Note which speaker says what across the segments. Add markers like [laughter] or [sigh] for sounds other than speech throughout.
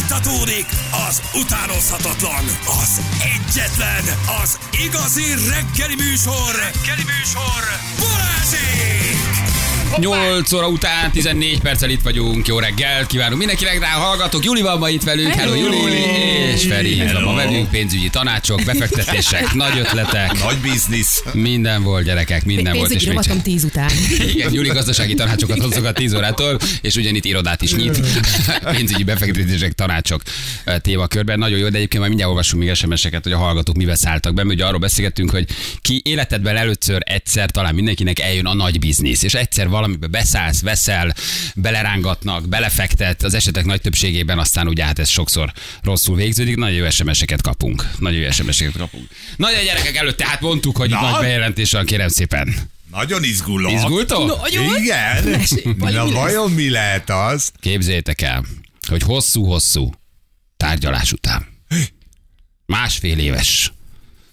Speaker 1: Fújtatódik az utánozhatatlan, az egyetlen, az igazi reggeli műsor. Reggeli műsor. Balázsék!
Speaker 2: 8 óra után 14 perccel itt vagyunk. Jó reggel, kívánunk mindenkinek, rá hallgatok. Juli van ma itt velünk. Hello, Juli. És Feri itt van ma velünk. Pénzügyi tanácsok,
Speaker 3: [laughs]
Speaker 2: befektetések, nagy ötletek.
Speaker 3: Nagy biznisz.
Speaker 2: Minden volt, gyerekek, minden volt.
Speaker 4: Pénzügyi
Speaker 2: és még
Speaker 4: rovatom tíz után.
Speaker 2: csak- Igen, Juli gazdasági tanácsokat hozogat 10 órától, és ugyanitt irodát is nyit. Pénzügyi befektetések, tanácsok eh, témakörben. Nagyon jó, de egyébként majd mindjárt olvassunk még SMS-eket, hogy a hallgatók mivel szálltak be. mert Ugye arról beszélgettünk, hogy ki életedben először egyszer talán mindenkinek eljön a nagy biznisz, és egyszer valamibe beszállsz, veszel, belerángatnak, belefektet, az esetek nagy többségében aztán ugye hát ez sokszor rosszul végződik, nagyon jó SMS-eket kapunk. Nagyon jó SMS-eket kapunk. Nagy a gyerekek előtt, tehát mondtuk, hogy itt
Speaker 3: Na?
Speaker 2: nagy bejelentés van, kérem szépen.
Speaker 3: Nagyon izgulok.
Speaker 2: Izgultok?
Speaker 3: Igen. Na vajon mi lehet az?
Speaker 2: Képzeljétek el, hogy hosszú-hosszú tárgyalás után, másfél éves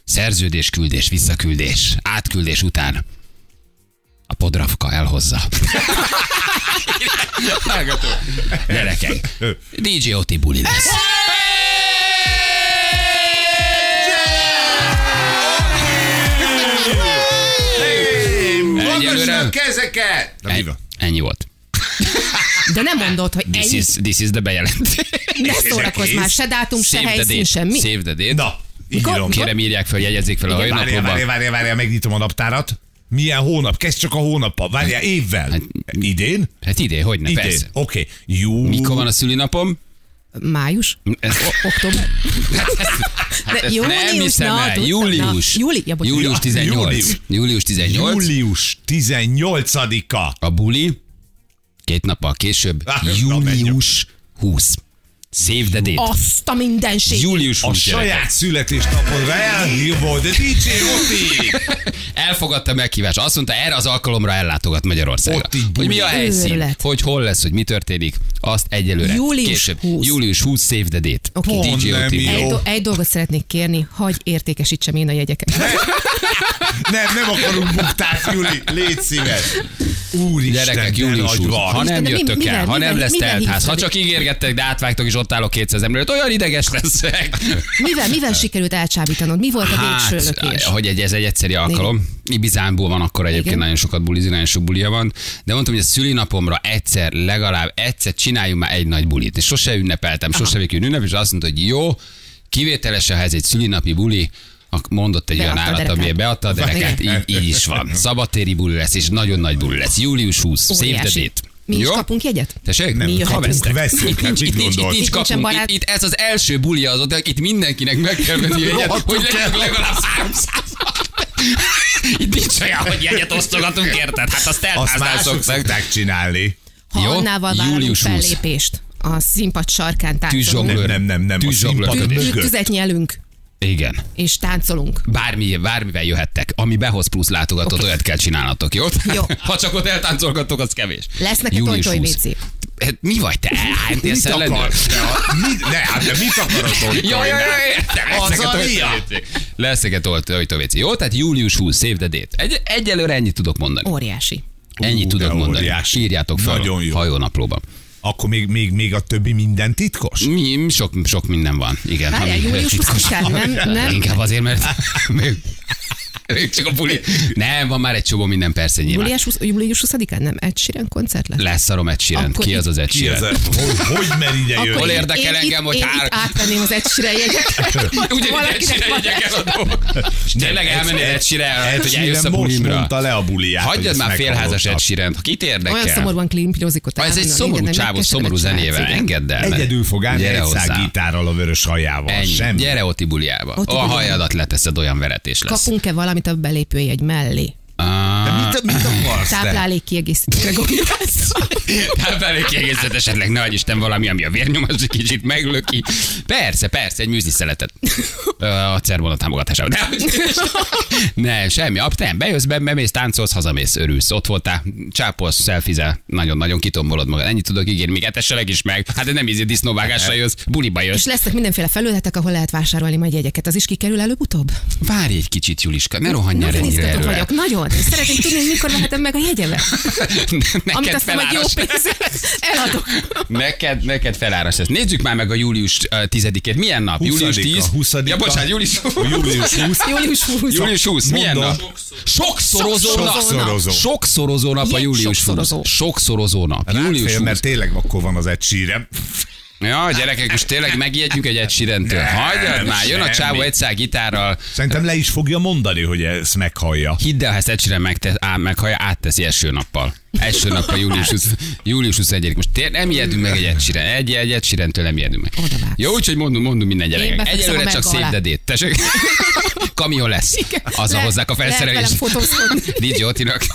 Speaker 2: szerződés, küldés, visszaküldés, átküldés után a podravka elhozza. Hallgató. Gyerekek, DJ Oti buli lesz. Egyelőre-
Speaker 3: Magasra kezeket! Na mi van?
Speaker 2: Ennyi volt.
Speaker 4: De nem mondod, hogy
Speaker 2: [laughs] This
Speaker 4: ennyi.
Speaker 2: is, this is the bejelentés.
Speaker 4: Ne
Speaker 3: ez a
Speaker 4: szórakozz
Speaker 3: kész.
Speaker 4: már, se dátum, se
Speaker 2: Save the
Speaker 4: helyszín,
Speaker 2: date.
Speaker 4: semmi.
Speaker 2: Save the date.
Speaker 3: Na, írom.
Speaker 2: Kérem írják fel, jegyezzék fel a
Speaker 3: Várjál,
Speaker 2: hajnaplóba.
Speaker 3: várjál, várjál, várjál, megnyitom a naptárat. Milyen hónap? Kezd csak a hónappal. Várjál, évvel. Idén?
Speaker 2: Hát idén, hogy ne,
Speaker 3: Idén.
Speaker 2: persze.
Speaker 3: Oké. Jú.
Speaker 2: Mikor van a szülinapom?
Speaker 4: Május, O- október.
Speaker 2: Hát
Speaker 4: De
Speaker 2: ezt
Speaker 4: jó,
Speaker 2: nem
Speaker 4: július,
Speaker 2: hiszem
Speaker 4: na,
Speaker 2: el.
Speaker 4: tudtam, na.
Speaker 2: Július.
Speaker 4: Júli- ja, bocsánat.
Speaker 2: július
Speaker 4: Ja,
Speaker 2: 18. Július,
Speaker 3: július.
Speaker 2: 18.
Speaker 3: Július 18-a.
Speaker 2: A buli két nappal később.
Speaker 3: Ah, na,
Speaker 2: Július 20. Save the date.
Speaker 4: Azt a mindenség.
Speaker 2: Július
Speaker 3: A
Speaker 2: 20. gyerekek.
Speaker 3: saját születésnapodra elhívod, de DJ Oti!
Speaker 2: Elfogadta meghívást. Azt mondta, erre az alkalomra ellátogat Magyarországra.
Speaker 3: Ott így
Speaker 2: Hogy mi a helyszín,
Speaker 4: Őrület.
Speaker 2: hogy hol lesz, hogy mi történik, azt egyelőre
Speaker 4: Július
Speaker 2: később.
Speaker 4: 20.
Speaker 2: Július 20 save the date.
Speaker 4: Oké.
Speaker 3: Pont
Speaker 2: DJ
Speaker 3: nem
Speaker 2: Oti.
Speaker 3: jó.
Speaker 4: Egy, do- egy dolgot szeretnék kérni, hagy értékesítsem én a jegyeket.
Speaker 3: Nem, nem akarunk buktát, Juli, légy szíves. Úristen,
Speaker 2: Gyerekek,
Speaker 3: de
Speaker 2: július
Speaker 3: nagy
Speaker 2: 20.
Speaker 3: van.
Speaker 2: Ha nem
Speaker 4: Isten, de mi-
Speaker 2: jöttök el,
Speaker 4: mivel-
Speaker 2: ha nem
Speaker 4: mivel-
Speaker 2: lesz
Speaker 4: mivel
Speaker 2: teltház, ha
Speaker 4: hívtad?
Speaker 2: csak ígérgettek, de átvágtok és ott állok 200 ember előtt, olyan ideges leszek.
Speaker 4: Mivel,
Speaker 2: [laughs]
Speaker 4: mivel sikerült elcsábítanod? Mi volt a végső
Speaker 2: Hát,
Speaker 4: lökés?
Speaker 2: hogy egy, ez egy egyszeri alkalom. Ibizánból van akkor egyébként
Speaker 4: Igen.
Speaker 2: nagyon sokat bulizi, nagyon sok bulia van. De mondtam, hogy a szülinapomra egyszer, legalább egyszer csináljunk már egy nagy bulit. És sose ünnepeltem, sose végül ünnep, és azt mondta, hogy jó, kivételesen, ha ez egy szülinapi buli, ak- mondott egy olyan
Speaker 4: Beadta a
Speaker 2: állat,
Speaker 4: derekát.
Speaker 2: ami beadta a dereket, így, így is van. Szabadtéri buli lesz, és nagyon nagy buli lesz. Július 20, save the
Speaker 4: Óriási.
Speaker 2: date.
Speaker 4: Mi is
Speaker 2: Jó?
Speaker 4: kapunk jegyet?
Speaker 2: Tessék?
Speaker 3: Nem,
Speaker 4: Mi
Speaker 2: ha
Speaker 4: jöhetünk.
Speaker 2: vesztek.
Speaker 3: Veszünk,
Speaker 2: itt
Speaker 3: hát
Speaker 2: nincs,
Speaker 3: mit
Speaker 2: itt nincs, itt
Speaker 3: gondolsz?
Speaker 2: nincs
Speaker 4: Itt nincsen
Speaker 2: kapunk. Itt,
Speaker 4: barát.
Speaker 2: itt, ez az első buli az, de itt mindenkinek meg kell [laughs] venni jegyet, hogy legyen legalább 300 [laughs] Itt nincs olyan, hogy jegyet osztogatunk, érted? Hát azt
Speaker 3: Azt
Speaker 2: eltáznál
Speaker 3: mások
Speaker 2: szokták.
Speaker 3: szokták csinálni.
Speaker 4: Ha
Speaker 2: Jó,
Speaker 4: Annával várunk
Speaker 2: július 20.
Speaker 4: fellépést a színpad sarkán táncolunk,
Speaker 2: Tűzsonglőr.
Speaker 3: Nem, nem, nem, a
Speaker 2: Tűzsonglőr.
Speaker 3: színpad
Speaker 2: Tű-
Speaker 3: mögött.
Speaker 2: mögött.
Speaker 4: tüzet nyelünk
Speaker 2: Igen.
Speaker 4: és táncolunk.
Speaker 2: Bármi, bármivel jöhettek. Ami behoz plusz látogatót, okay. olyat kell csinálnatok, jó?
Speaker 4: Jó.
Speaker 2: [laughs] Ha csak ott eltáncolgatok, az kevés.
Speaker 4: Lesznek-e tojtói WC-k?
Speaker 2: Hát mi vagy te? [laughs] Hát,
Speaker 3: Mit
Speaker 2: ezt ellenőr?
Speaker 3: akarsz? te? A- mit- Ne, hát de mit akarod ott?
Speaker 2: Ja, ja, ja, értem.
Speaker 3: Az a lia.
Speaker 2: Leszeket oltóvéci. Jó, tehát július 20, save the date. Egy, egyelőre ennyit tudok mondani.
Speaker 4: Óriási.
Speaker 2: Ennyit
Speaker 3: Ú, de
Speaker 2: tudok mondani.
Speaker 3: óriási.
Speaker 2: Írjátok fel
Speaker 3: Nagyon jó.
Speaker 2: hajónaplóban.
Speaker 3: Akkor még, még, még a többi minden titkos?
Speaker 2: Mi, sok, sok minden van. Igen.
Speaker 4: Várjál,
Speaker 2: ami-
Speaker 4: július
Speaker 2: titkos. [laughs]
Speaker 4: 20-án, nem- nem?
Speaker 2: Inkább azért, mert [laughs] még, még csak a buli. Nem, van már egy csomó minden, persze nyilván.
Speaker 4: Július, 20, július 20-án nem? Egy síren koncert lesz?
Speaker 2: Leszarom egy síren.
Speaker 4: Akkor
Speaker 2: Ki az
Speaker 4: itt-
Speaker 2: az egy
Speaker 3: Ki ez?
Speaker 2: síren?
Speaker 3: Hogy, hogy mer ide
Speaker 4: Akkor
Speaker 2: Hol
Speaker 4: én-
Speaker 3: jönni?
Speaker 2: érdekel
Speaker 4: én
Speaker 2: engem,
Speaker 4: itt-
Speaker 2: hogy
Speaker 4: én
Speaker 2: hár-
Speaker 4: itt átvenném az egy síren
Speaker 2: [laughs]
Speaker 4: jegyeket.
Speaker 2: Ugye egy
Speaker 4: Valakinek
Speaker 2: síren
Speaker 4: van
Speaker 2: jegyek
Speaker 4: egy-
Speaker 2: el a
Speaker 3: [laughs]
Speaker 2: dolgok. És Tényleg elmennél egy síren, hát, hogy eljössz a
Speaker 3: most
Speaker 2: bulimra.
Speaker 3: mondta le a buliát. Hát, hogy
Speaker 2: Hagyjad
Speaker 3: ezt
Speaker 2: már félházas
Speaker 3: meghallotta.
Speaker 2: egy síren. Ha kit érdekel?
Speaker 4: Olyan szomorúan klimpírozik ott.
Speaker 2: Ha ez egy
Speaker 4: állandóan,
Speaker 2: szomorú
Speaker 4: igen, nem
Speaker 2: csávó,
Speaker 4: keserek
Speaker 2: szomorú
Speaker 4: srác,
Speaker 2: zenével,
Speaker 4: igen.
Speaker 2: engedd el.
Speaker 3: Egyedül fog állni
Speaker 2: Gyere
Speaker 3: egy
Speaker 2: hozzám.
Speaker 3: szágítárral a vörös hajával.
Speaker 2: Ennyi.
Speaker 3: Semmi.
Speaker 2: Gyere Oti buliába.
Speaker 4: Oti
Speaker 2: a
Speaker 4: buliába.
Speaker 2: hajadat leteszed, olyan veretés lesz.
Speaker 4: Kapunk-e valamit a belépőjegy mellé?
Speaker 2: Ah,
Speaker 3: Mit, mit akarsz te?
Speaker 4: Táplálék kiegészítőre gondolsz?
Speaker 2: [laughs] Hát belé
Speaker 4: [laughs]
Speaker 2: kiegészített esetleg, ne adj Isten valami, ami a vérnyomás egy kicsit meglöki. Persze, persze, egy műzli szeletet. Ö, A Cerbona támogatásában. [laughs] Nem, nem, semmi. Ab, nem, bejössz, be, bemész, táncolsz, hazamész, örülsz, ott voltál, csápolsz, szelfizel, nagyon-nagyon kitombolod magad. Ennyit tudok ígérni, még etesselek is meg. Hát de nem ízi disznóvágásra jössz, buliba jössz.
Speaker 4: És lesznek mindenféle felületek, ahol lehet vásárolni majd jegyeket. Az is kikerül előbb-utóbb?
Speaker 2: Várj egy kicsit, Juliska, ne rohanj el
Speaker 4: Nagyon
Speaker 2: ennyire
Speaker 4: izgatott
Speaker 2: erőre.
Speaker 4: vagyok, nagyon. Szeretném tudni, hogy mikor vehetem meg a jegyemet. Amit
Speaker 2: [laughs] Neked
Speaker 4: aztán majd jó
Speaker 2: feláras.
Speaker 4: pénzért eladok.
Speaker 2: Neked, neked feláras ezt. Nézzük már meg a július ö, 10-ét. Milyen nap? Július
Speaker 3: 20-a,
Speaker 2: 10?
Speaker 3: 20-a.
Speaker 2: Ja, bocsánat, július
Speaker 3: Július Hát, 20.
Speaker 4: Július 20.
Speaker 2: [laughs] Július 20, milyen
Speaker 3: Mondom.
Speaker 2: nap? Sokszorozó nap.
Speaker 3: Sokszorozó.
Speaker 2: Sokszorozó nap a
Speaker 4: Ilyen
Speaker 2: július 20.
Speaker 4: sokszorozó.
Speaker 2: Sokszorozó nap. Július
Speaker 3: Ráfél,
Speaker 2: 20.
Speaker 3: mert tényleg akkor van az egy sírem.
Speaker 2: Ja, gyerekek, most tényleg megijedjünk egy egy sirentől.
Speaker 3: Nem,
Speaker 2: Hagyjad már, jön a
Speaker 3: semmi.
Speaker 2: csávó egy szál gitárral.
Speaker 3: Szerintem le is fogja mondani, hogy ezt meghallja.
Speaker 2: Hidd el, ha ezt egyszer megtesz, á, meghallja, átteszi első nappal. Első nappal július, 20, július 21 Most tényleg nem ijedünk meg egy egysire. Egy, egy egysirentől nem ijedünk meg.
Speaker 4: Oda vágsz.
Speaker 2: Jó, úgyhogy mondunk, mondunk minden gyerekek.
Speaker 4: befekszem
Speaker 2: Egyelőre
Speaker 4: a
Speaker 2: csak
Speaker 4: melka
Speaker 2: szép
Speaker 4: alá.
Speaker 2: dedét.
Speaker 4: [laughs]
Speaker 2: Tessék. Kamion lesz. Azzal
Speaker 4: Le-
Speaker 2: hozzák a
Speaker 4: lehet velem
Speaker 2: felszerelést. [laughs]
Speaker 4: fotózkodni.
Speaker 2: DJ Otinak.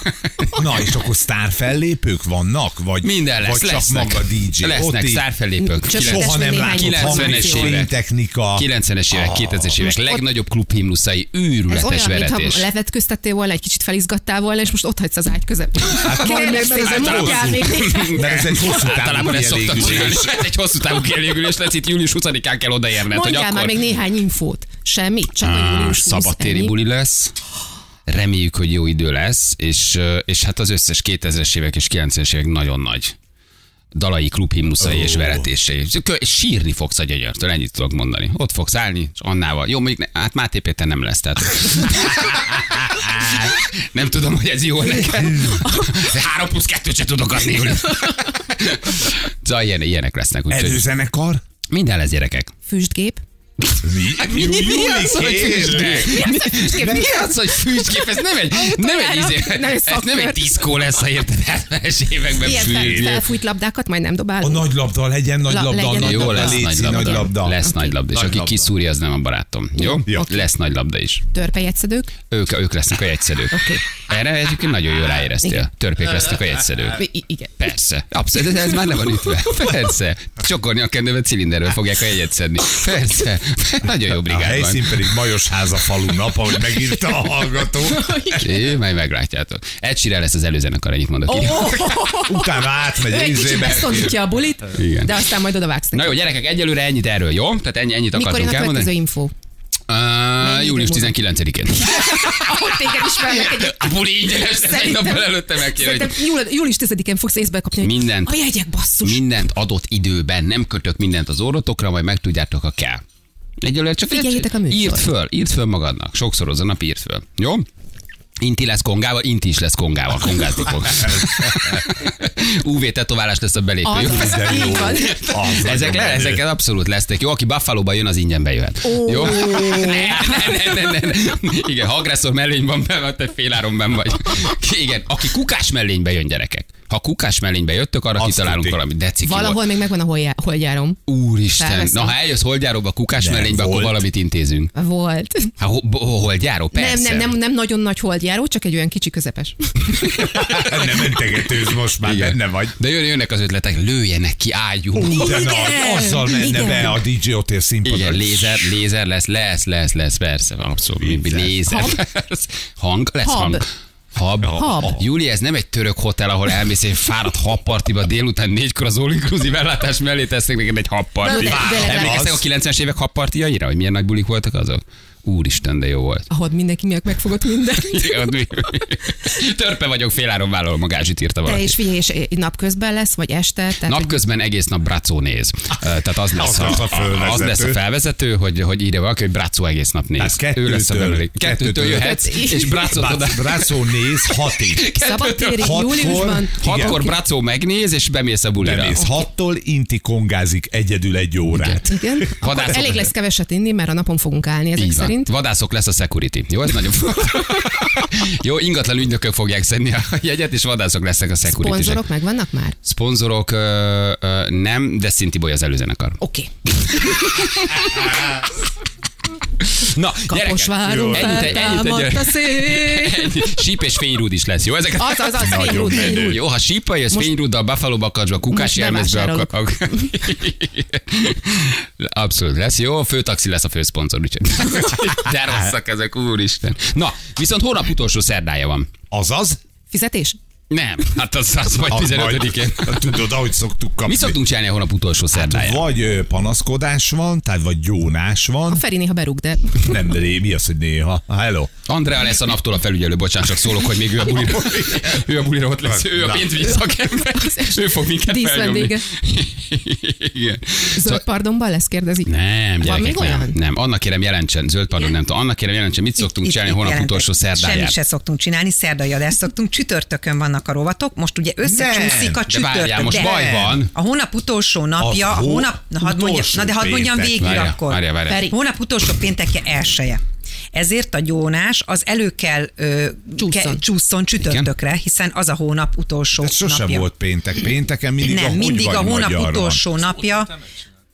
Speaker 3: Na, és akkor sztár fellépők vannak? Vagy,
Speaker 2: Minden lesz,
Speaker 3: vagy csak
Speaker 2: lesznek.
Speaker 3: maga DJ?
Speaker 2: Lesznek,
Speaker 3: Ott így
Speaker 2: szárfelépők.
Speaker 4: Csak
Speaker 2: Kilenc-
Speaker 3: Soha nem
Speaker 4: Kilencvenes
Speaker 3: látott
Speaker 2: évek.
Speaker 3: hangos
Speaker 2: 90-es évek.
Speaker 3: fénytechnika.
Speaker 2: 90-es évek, 2000-es évek
Speaker 4: Most ott-
Speaker 2: legnagyobb klubhimnuszai,
Speaker 4: Ez
Speaker 2: őrületes
Speaker 4: olyan,
Speaker 2: veretés.
Speaker 4: mintha levetköztettél volna, egy kicsit felizgattál volna, és most ott hagysz az ágy közepén. Hát
Speaker 3: mert
Speaker 4: Kérlek,
Speaker 3: ez
Speaker 4: szépen,
Speaker 3: általában-
Speaker 4: mondjál még
Speaker 2: [laughs]
Speaker 4: néhány.
Speaker 3: Mert ez egy hosszú távú
Speaker 2: Általában ezt szoktak csinálni.
Speaker 3: kielégülés.
Speaker 2: Hát Egy hosszú távú kielégülés lesz, itt július 20-án kell odaérned, hogy
Speaker 4: Mondjál már
Speaker 2: akkor...
Speaker 4: még néhány infót. Semmi, csak a
Speaker 2: Á,
Speaker 4: július 20,
Speaker 2: Szabadtéri
Speaker 4: ennyi.
Speaker 2: buli lesz. Reméljük, hogy jó idő lesz, és, ö, és hát az összes 2000-es évek és 90-es évek nagyon nagy dalai klubhimnuszai oh. és
Speaker 3: Ó.
Speaker 2: veretései. Kö- és Sírni fogsz a gyönyörtől, ennyit tudok mondani. Ott fogsz állni, és Annával. Jó, mondjuk, ne, hát Máté Péter nem
Speaker 3: [laughs]
Speaker 2: lesz, tehát... nem tudom, hogy ez jó neked. Három plusz kettőt se tudok adni,
Speaker 3: [laughs]
Speaker 2: Juli. Szóval ilyen, ilyenek lesznek, úgyhogy
Speaker 3: Előzenekar?
Speaker 2: minden lesz gyerekek.
Speaker 4: Füstgép.
Speaker 3: Mi? Júli,
Speaker 2: Hát az, hogy
Speaker 3: kérlek.
Speaker 2: füstgép? Mi az, hogy füstgép? Ez nem egy, nem egy,
Speaker 4: Autójára.
Speaker 2: izé,
Speaker 4: Nem egy
Speaker 2: ez nem egy
Speaker 4: szakkör.
Speaker 2: diszkó lesz, ha érted 70-es években
Speaker 4: Ilyen fel-
Speaker 2: füstgép.
Speaker 4: felfújt labdákat majd nem
Speaker 3: A
Speaker 4: dobálunk.
Speaker 3: nagy labda, legyen nagy
Speaker 4: La-
Speaker 3: labda,
Speaker 4: legyen
Speaker 3: nagy
Speaker 2: Jó,
Speaker 3: labda,
Speaker 2: lesz
Speaker 3: légy
Speaker 2: nagy
Speaker 3: szín, nagy
Speaker 2: labda.
Speaker 3: labda.
Speaker 2: Lesz nagy labda, és
Speaker 3: Nagy
Speaker 2: aki
Speaker 3: labda.
Speaker 2: kiszúrja, az nem a barátom. Jó?
Speaker 3: Jó.
Speaker 2: Lesz nagy labda is.
Speaker 4: Törpejegyszedők.
Speaker 2: Ők, ők lesznek a jegyszerők.
Speaker 4: Oké.
Speaker 2: Erre egyébként nagyon jól ráéreztél.
Speaker 4: Igen.
Speaker 2: Törpék lesznek a jegyszerők.
Speaker 4: I- i- Igen.
Speaker 2: Persze. Abszolút, ez már le van ütve. Persze. Csokorni a kendőbe cilinderről fogják a jegyet szedni. Persze. Nagyon jó
Speaker 3: A
Speaker 2: brigád van.
Speaker 4: [laughs]
Speaker 3: helyszín pedig Majosháza falu nap, ahogy megírta a hallgató.
Speaker 2: É, majd meglátjátok. Egy sire lesz az előzenekar, ennyit mondok. [laughs] Oh.
Speaker 3: Utána átmegy
Speaker 4: Ő
Speaker 3: a
Speaker 4: egy kicsit
Speaker 3: izébe.
Speaker 4: megszondítja a bulit,
Speaker 2: Igen.
Speaker 4: de aztán majd odavágsz
Speaker 2: Na
Speaker 4: neki.
Speaker 2: jó, gyerekek, egyelőre ennyit erről, jó? Tehát ennyi, ennyit
Speaker 4: Mikor
Speaker 2: akartunk
Speaker 4: jön a következő
Speaker 2: elmondani.
Speaker 4: infó? [laughs]
Speaker 2: Uh,
Speaker 4: Mennyi
Speaker 2: július
Speaker 4: idő [laughs]
Speaker 2: 19-én.
Speaker 4: Ahogy téged ismernek egy
Speaker 2: A [laughs] buli ingyenes, egy
Speaker 4: Szerintem-
Speaker 2: nappal előtte meg kéne,
Speaker 4: Szerintem
Speaker 2: hogy
Speaker 4: júli- július 10-én fogsz észbe kapni, hogy
Speaker 2: Mindent.
Speaker 4: a jegyek basszus.
Speaker 2: mindent adott időben, nem kötök mindent az orrotokra, majd megtudjátok, ha kell. Egyelőre csak
Speaker 4: Figyeljétek a műsort.
Speaker 2: Írd föl, írd föl magadnak. Sokszor az a nap írd föl. Jó? Inti lesz kongával, Inti is lesz kongával, kongázni
Speaker 4: [laughs]
Speaker 2: fog. [laughs] UV tetoválás lesz a belépő.
Speaker 4: Az,
Speaker 2: jó?
Speaker 4: az, így van.
Speaker 3: Az
Speaker 2: Ezek,
Speaker 3: nagyon
Speaker 2: le,
Speaker 3: menő.
Speaker 2: ezeket abszolút lesznek. Jó, aki Buffalo-ba jön, az ingyen bejöhet.
Speaker 4: Ó.
Speaker 2: Jó? [laughs] Ne, ne, ne, ne, ne. Igen, ha agresszor mellényben be vagy, te féláronben vagy. Igen, aki kukás mellénybe jön, gyerekek. Ha kukás mellénybe jöttök, arra
Speaker 3: Azt
Speaker 2: kitalálunk
Speaker 3: tuti.
Speaker 2: valami deciki
Speaker 4: Valahol
Speaker 2: volt.
Speaker 4: még megvan a holjá- holgyárom.
Speaker 2: Úristen, na
Speaker 4: Felveszem.
Speaker 2: ha eljössz holdjáróba, kukás
Speaker 3: Nem
Speaker 2: mellénybe, akkor
Speaker 3: volt.
Speaker 2: valamit intézünk.
Speaker 4: Volt.
Speaker 2: Ha ho- bo- holdjáró,
Speaker 4: Nem,
Speaker 2: persze.
Speaker 4: nem, nem, nem nagyon nagy holdjáró, csak egy olyan kicsi közepes.
Speaker 3: Hát Nem mentegetőz most már,
Speaker 2: Igen.
Speaker 3: benne vagy.
Speaker 2: De jön, jönnek az ötletek, lőjenek ki, álljunk.
Speaker 3: De nagy, azzal menne
Speaker 4: Igen.
Speaker 3: be a DJ Otér színpadra.
Speaker 2: Igen, lézer, lézer lesz, lesz, lesz, lesz, persze, abszolút. mi- mi-
Speaker 3: Lézer.
Speaker 2: Lézer.
Speaker 4: Hab?
Speaker 2: persze. Hang, lesz
Speaker 4: Hab.
Speaker 2: hang. Hab.
Speaker 4: Hab.
Speaker 2: Júli, ez nem egy török hotel, ahol elmész egy fáradt habpartiba délután négykor az all inclusive ellátás mellé tesznek neked egy
Speaker 4: Na,
Speaker 2: habpartit.
Speaker 4: de- de- de-
Speaker 2: Emlékeztek a 90-es évek habpartiaira, hogy milyen nagy bulik voltak azok? Úristen, de jó
Speaker 4: [laughs]
Speaker 2: volt.
Speaker 4: Ahol mindenki miatt megfogott mindent.
Speaker 2: [laughs] Igen, mi- Törpe vagyok, féláron vállalom a gázsit írta
Speaker 4: Te
Speaker 2: valaki.
Speaker 4: és figyelj, és napközben lesz, vagy este? Tehát, hogy
Speaker 2: Napközben egész nap Bracó néz. Ö, Tehát az
Speaker 3: Az
Speaker 2: lesz,
Speaker 3: lesz a
Speaker 2: az
Speaker 3: fölvezető.
Speaker 2: lesz a felvezető, hogy, hogy írja valaki, hogy Bracó egész nap néz.
Speaker 3: Hát kettőtől.
Speaker 2: ő lesz a felelő. Kettőtől
Speaker 3: Kettőtől.
Speaker 2: jöhetsz,
Speaker 4: Kettő-
Speaker 2: és Bracót oda.
Speaker 3: Bá- Brászó néz hatig.
Speaker 4: Szabadtéri
Speaker 3: Hatkor-
Speaker 4: júliusban.
Speaker 2: Hatkor
Speaker 3: Igen.
Speaker 2: Bracó megnéz, és bemész a bulira.
Speaker 3: Bemész hattól, Inti kongázik egyedül egy órát.
Speaker 4: Igen.
Speaker 2: [laughs] Vadászok.
Speaker 4: Akkor elég lesz keveset inni, mert a napon fogunk állni ezek
Speaker 2: Így van.
Speaker 4: szerint.
Speaker 2: Vadászok lesz a security. Jó, ez nagyon fontos.
Speaker 4: [laughs]
Speaker 2: Jó, ingatlan ügynökök fogják szedni a jegyet, és vadászok lesznek a security
Speaker 4: Szponzorok megvannak már?
Speaker 2: Szponzorok ö, ö, nem, de Szintiboly az előzenekar.
Speaker 4: Oké.
Speaker 2: Na,
Speaker 4: Kaposváron
Speaker 2: gyerekek, ennyit, ennyit,
Speaker 4: feltámadt a
Speaker 2: ennyit, [laughs]
Speaker 4: szél.
Speaker 2: ennyit, síp és fényrúd is lesz, jó? Ezeket
Speaker 4: Az, az, az,
Speaker 3: Nagyon
Speaker 4: fényrúd,
Speaker 3: menő.
Speaker 4: fényrúd.
Speaker 2: jó, ha sípa jössz
Speaker 4: Most-
Speaker 2: fényrúddal, buffalo bakacsba, kukás
Speaker 4: Most
Speaker 2: jelmezbe, akkor...
Speaker 4: bevásárolok.
Speaker 2: akkor- [laughs] Abszolút lesz. Jó, főtaxi lesz a főszponzor, úgyhogy.
Speaker 4: [laughs]
Speaker 2: De rosszak ezek, úristen. Na, viszont hónap utolsó szerdája van.
Speaker 3: Azaz?
Speaker 4: Fizetés?
Speaker 2: Nem, hát az, az majd
Speaker 3: Az
Speaker 2: 15-én.
Speaker 3: majd- Tudod, ahogy szoktuk kapni.
Speaker 2: Mi szoktunk csinálni a hónap
Speaker 4: Hát
Speaker 2: utolsó szerdáján?
Speaker 3: Vagy ö, panaszkodás van, tehát vagy gyónás
Speaker 4: A
Speaker 3: van.
Speaker 4: Feri néha berúg, de
Speaker 2: Szóval-
Speaker 3: Nem, de né- mi az, hogy néha? Hello.
Speaker 2: Andrea lesz a naptól a felügyelő, bocsánat, csak szólok, hogy még ő a bulira, ő a bulira ott lesz, ő a
Speaker 3: Na.
Speaker 2: pénzügyi szakember, ő fog minket felnyomni.
Speaker 4: Díszvendége.
Speaker 2: Igen. Szóval-
Speaker 4: zöld pardonban lesz, kérdezik.
Speaker 2: nem, gyerekek,
Speaker 4: még
Speaker 2: nem,
Speaker 4: olyan?
Speaker 2: nem. Annak kérem jelentsen, zöld pardon, nem tudom. Annak kérem jelentsen, mit szoktunk
Speaker 5: Itt-
Speaker 2: csinálni
Speaker 5: itt
Speaker 2: hónap
Speaker 5: jelentek.
Speaker 2: utolsó
Speaker 5: Semmit
Speaker 2: szerdáját.
Speaker 5: se szoktunk csinálni, szerdai adást szoktunk, csütörtökön vannak a rovatok, most ugye összecsúszik a
Speaker 2: de várjál,
Speaker 5: csütörtök.
Speaker 2: most baj van.
Speaker 5: A hónap utolsó napja,
Speaker 3: A
Speaker 5: a
Speaker 3: hó-
Speaker 5: hónap, na, hadd mondjam,
Speaker 3: utolsó
Speaker 5: na de hadd mondjam
Speaker 3: péntek.
Speaker 5: végig
Speaker 2: Várjál,
Speaker 5: akkor.
Speaker 2: várjál, várjál.
Speaker 4: Feri.
Speaker 5: Hónap utolsó péntekje elsője. Ezért a gyónás az elő kell ö,
Speaker 4: Csúszson.
Speaker 5: Ke, csúszson csütörtökre, hiszen az a hónap utolsó
Speaker 3: De sose
Speaker 5: napja.
Speaker 3: volt péntek. Pénteken mindig a
Speaker 5: Nem,
Speaker 3: hogy
Speaker 5: mindig
Speaker 3: vagy
Speaker 5: a hónap
Speaker 3: magyar
Speaker 5: utolsó
Speaker 3: Van.
Speaker 5: napja.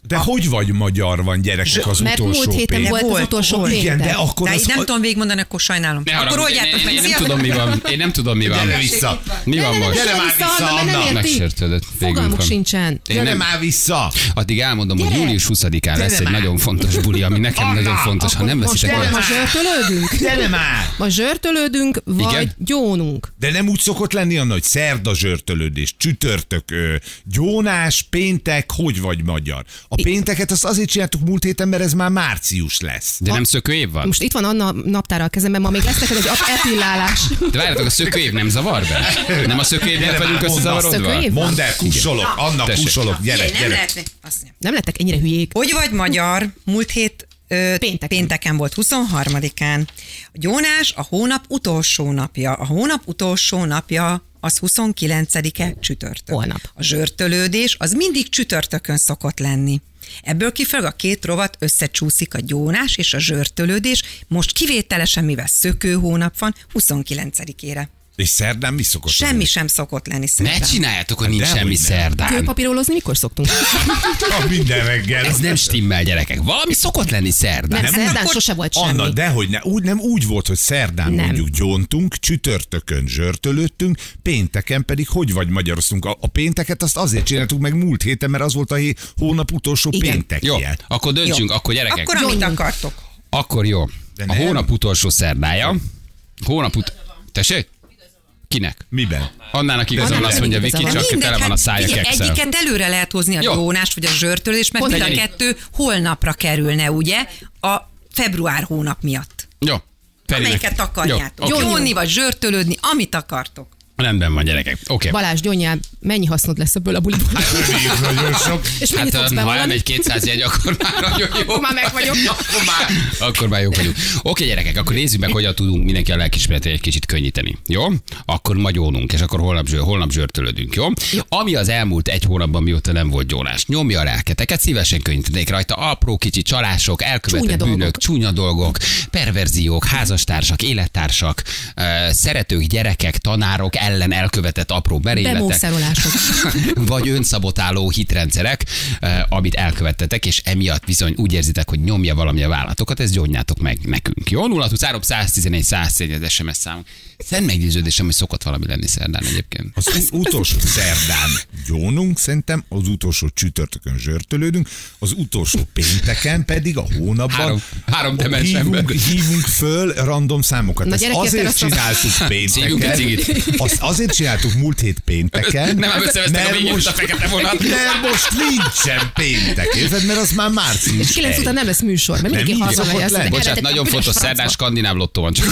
Speaker 3: De hogy vagy magyar van, gyerekek, az
Speaker 4: Mert
Speaker 3: utolsó
Speaker 4: múlt héten
Speaker 3: péntek?
Speaker 4: volt az
Speaker 5: Volt,
Speaker 4: utolsó
Speaker 5: volt,
Speaker 3: Igen, de
Speaker 4: péntek.
Speaker 3: akkor
Speaker 5: De
Speaker 3: az...
Speaker 5: így nem tudom végigmondani, akkor sajnálom.
Speaker 2: Ne
Speaker 5: Akkor
Speaker 2: haragudj,
Speaker 5: oldjátok
Speaker 2: én-
Speaker 5: meg.
Speaker 2: én nem tudom, mi van. Én nem tudom, mi van.
Speaker 3: Gyere vissza!
Speaker 2: Mi van most?
Speaker 3: Gyere már vissza,
Speaker 4: Anna, mert
Speaker 3: Anna!
Speaker 4: nem érti.
Speaker 2: Megsértődött. Végünk
Speaker 4: Fogalmuk
Speaker 2: van.
Speaker 4: sincsen.
Speaker 2: Én
Speaker 3: Gyere
Speaker 2: nem,
Speaker 3: már vissza!
Speaker 2: addig elmondom, hogy
Speaker 4: Gyere!
Speaker 2: július 20-án lesz egy
Speaker 3: már!
Speaker 2: nagyon fontos buli, ami nekem
Speaker 3: Anna,
Speaker 2: nagyon fontos. Ha
Speaker 3: akkor
Speaker 2: nem
Speaker 3: most
Speaker 2: veszitek
Speaker 3: gyere
Speaker 2: el,
Speaker 4: Ma
Speaker 3: már!
Speaker 4: zsörtölődünk?
Speaker 3: Gyere már!
Speaker 4: Ma zsörtölődünk, vagy
Speaker 2: Igen?
Speaker 4: gyónunk.
Speaker 3: De nem úgy szokott lenni a nagy szerda zsörtölődés, csütörtök, ö, gyónás, péntek, hogy vagy magyar? A pénteket azt azért csináltuk múlt héten, mert ez már március lesz.
Speaker 2: de nem szökőév van?
Speaker 4: Most itt van Anna naptára a kezemben, ma még lesz neked egy ap- epillálás.
Speaker 2: De várjátok, a szökőév nem zavar be? Nem a szökőév miatt
Speaker 3: Gyere
Speaker 2: vagyunk
Speaker 3: már,
Speaker 2: összezavarodva?
Speaker 4: Szökőév?
Speaker 3: Mondd el, kussolok, Anna,
Speaker 2: Tessék.
Speaker 3: kussolok, gyere,
Speaker 5: Ilyen nem
Speaker 3: gyere.
Speaker 5: lehetne. Azt mondja.
Speaker 4: Nem lettek ennyire hülyék.
Speaker 5: Hogy vagy magyar, múlt hét ö,
Speaker 4: Pénteken.
Speaker 5: pénteken volt, 23-án. A gyónás a hónap utolsó napja. A hónap utolsó napja az 29-e csütörtök.
Speaker 4: Holnap.
Speaker 5: A zsörtölődés az mindig csütörtökön szokott lenni. Ebből kifelől a két rovat összecsúszik a gyónás és a zsörtölődés, most kivételesen, mivel szökő hónap van, 29-ére.
Speaker 3: És szerdán mi szokott
Speaker 5: Semmi sem szokott lenni
Speaker 2: Ne
Speaker 5: szerintem.
Speaker 2: csináljátok, hogy nincs
Speaker 3: Dehogy
Speaker 2: semmi
Speaker 3: nem.
Speaker 2: szerdán.
Speaker 4: Kőpapírolozni mikor szoktunk?
Speaker 3: lenni? Ha minden reggel.
Speaker 2: Ez nem stimmel, gyerekek. Valami szokott lenni szerdán.
Speaker 4: Nem,
Speaker 3: Nem,
Speaker 4: szerdán
Speaker 3: akkor-
Speaker 4: sose volt semmi.
Speaker 3: Anna, dehogy ne, úgy, nem úgy volt, hogy szerdán nem.
Speaker 4: Nem.
Speaker 3: mondjuk gyóntunk, csütörtökön zsörtölődtünk, pénteken pedig hogy vagy magyaroztunk. A, a pénteket azt azért csináltuk meg múlt héten, mert az volt a hé- hónap utolsó
Speaker 4: Igen.
Speaker 3: péntekje.
Speaker 2: Jó, akkor döntsünk, akkor gyerekek.
Speaker 5: Akkor amit
Speaker 4: Gyónjunk.
Speaker 5: akartok.
Speaker 2: Akkor jó.
Speaker 3: De
Speaker 2: A
Speaker 3: nem.
Speaker 2: hónap utolsó szerdája. Hónap ut... Tessék? Kinek?
Speaker 3: Miben?
Speaker 2: Annának igazán
Speaker 4: Annának
Speaker 2: azt mondja
Speaker 4: igaza
Speaker 2: Viki,
Speaker 4: van.
Speaker 2: csak
Speaker 5: Mindegy,
Speaker 2: tele van a
Speaker 5: hát
Speaker 2: szája
Speaker 5: figyelj,
Speaker 2: kekszel.
Speaker 5: Egyiket előre lehet hozni a
Speaker 2: Jó.
Speaker 5: gyónást vagy a zsörtölést, mert
Speaker 4: Pont
Speaker 5: mind a
Speaker 2: legyen így.
Speaker 5: kettő holnapra kerülne, ugye, a február hónap miatt.
Speaker 2: Jó. Ferinek.
Speaker 5: Melyiket akarjátok?
Speaker 2: Jó, okay.
Speaker 5: Gyónni vagy zsörtölődni, amit akartok.
Speaker 2: Rendben van, gyerekek. Oké. Okay.
Speaker 4: Balázs, gyonyál, mennyi hasznod lesz ebből a buliból? [laughs]
Speaker 3: Örüljük nagyon sok.
Speaker 4: És mennyit
Speaker 2: Hát
Speaker 4: fogsz
Speaker 2: ha
Speaker 4: bevallani?
Speaker 2: elmegy 200 jegy, akkor már nagyon jó.
Speaker 4: Akkor már meg vagyok.
Speaker 2: Akkor már, akkor már jók vagyunk. Oké, gyerekek, akkor nézzük meg, hogyan tudunk mindenki a lelkismeretét egy kicsit könnyíteni. Jó? Akkor ma gyónunk, és akkor holnap, zsör, holnap zsörtölödünk, jó? Ami az elmúlt egy hónapban, mióta nem volt gyónás, nyomja a lelketeket, szívesen könnyítenék rajta apró kicsi csalások, elkövetett
Speaker 4: Csúnya
Speaker 2: bűnök,
Speaker 4: dolgok.
Speaker 2: csúnya dolgok, perverziók, házastársak, élettársak, ö, szeretők, gyerekek, tanárok ellen elkövetett apró merényletek
Speaker 4: Bemószerolások.
Speaker 2: [laughs] vagy önszabotáló hitrendszerek, eh, amit elkövettetek, és emiatt bizony úgy érzitek, hogy nyomja valami a vállatokat, ezt gyónjátok meg nekünk. Jó? 023 111 111 az SMS számunk. Szent meggyőződésem, hogy szokott valami lenni szerdán egyébként.
Speaker 3: Az u- utolsó szerdán gyónunk, szerintem az utolsó csütörtökön zsörtölődünk, az utolsó pénteken pedig a hónapban
Speaker 2: Három- három demens
Speaker 3: hívunk,
Speaker 2: ember.
Speaker 3: hívunk föl random számokat.
Speaker 4: Na,
Speaker 3: Ezt
Speaker 4: gyerekek,
Speaker 3: azért
Speaker 4: te azt-
Speaker 3: csináltuk
Speaker 2: Szívjunk egy
Speaker 3: pénteken.
Speaker 2: cigit.
Speaker 3: Azt azért csináltuk múlt hét pénteken.
Speaker 2: Nem, ám összevesztek a végén, mint a fekete
Speaker 3: [laughs]
Speaker 2: vonat.
Speaker 3: Mert most nincsen péntek, érted? Mert az már március
Speaker 4: És kilenc
Speaker 3: egy.
Speaker 4: után nem lesz műsor, mert mindenki
Speaker 3: mindig
Speaker 4: hazamegyesz.
Speaker 3: szokott
Speaker 4: azt
Speaker 3: lenni.
Speaker 4: mondja,
Speaker 2: Bocsánat,
Speaker 4: elvetett
Speaker 2: nagyon
Speaker 4: a
Speaker 2: fontos,
Speaker 4: piros
Speaker 2: szerdán
Speaker 4: francba.
Speaker 2: skandináv lottó van, csak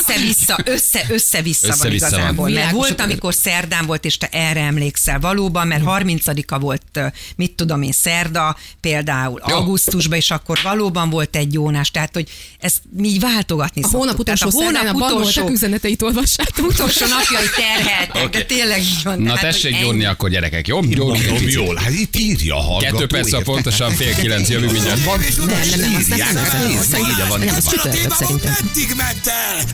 Speaker 5: Össze-vissza, össze, össze-vissza,
Speaker 2: Össze-vissza van.
Speaker 5: össze-vissza van igazából. Mert
Speaker 4: Világos,
Speaker 5: volt,
Speaker 4: akkor-
Speaker 5: amikor szerdán volt, és te erre emlékszel valóban,
Speaker 2: Hm.
Speaker 5: mert 30-a volt, ö, mit tudom én, szerda, például
Speaker 2: Jó.
Speaker 5: augusztusban, és akkor valóban volt egy jónás. Tehát, hogy ezt mi így váltogatni
Speaker 4: A hónap
Speaker 5: szoktuk. Tehát
Speaker 4: utolsó szerdán a
Speaker 5: utolsó-
Speaker 4: banoltak üzeneteit olvassátok.
Speaker 5: utolsó napjai terheltek, okay. de tényleg így van.
Speaker 2: [laughs] Na
Speaker 5: Tehát, hogy
Speaker 2: tessék
Speaker 5: ennyi.
Speaker 2: gyónni akkor gyerekek, jó? Gyónjunk egy
Speaker 3: Mondom,
Speaker 2: picit.
Speaker 3: jól, hát itt írja a hallgató.
Speaker 2: Kettő perc,
Speaker 3: érted?
Speaker 2: pontosan fél kilenc, jövünk mindjárt.
Speaker 3: Van,
Speaker 4: Nem, Szóval nem, nem, azt nem
Speaker 3: írják,
Speaker 4: tudom.
Speaker 3: nézd, írja van,
Speaker 4: Nem,
Speaker 3: írva.
Speaker 4: az csütörtök szerintem.
Speaker 1: Meddig ment el?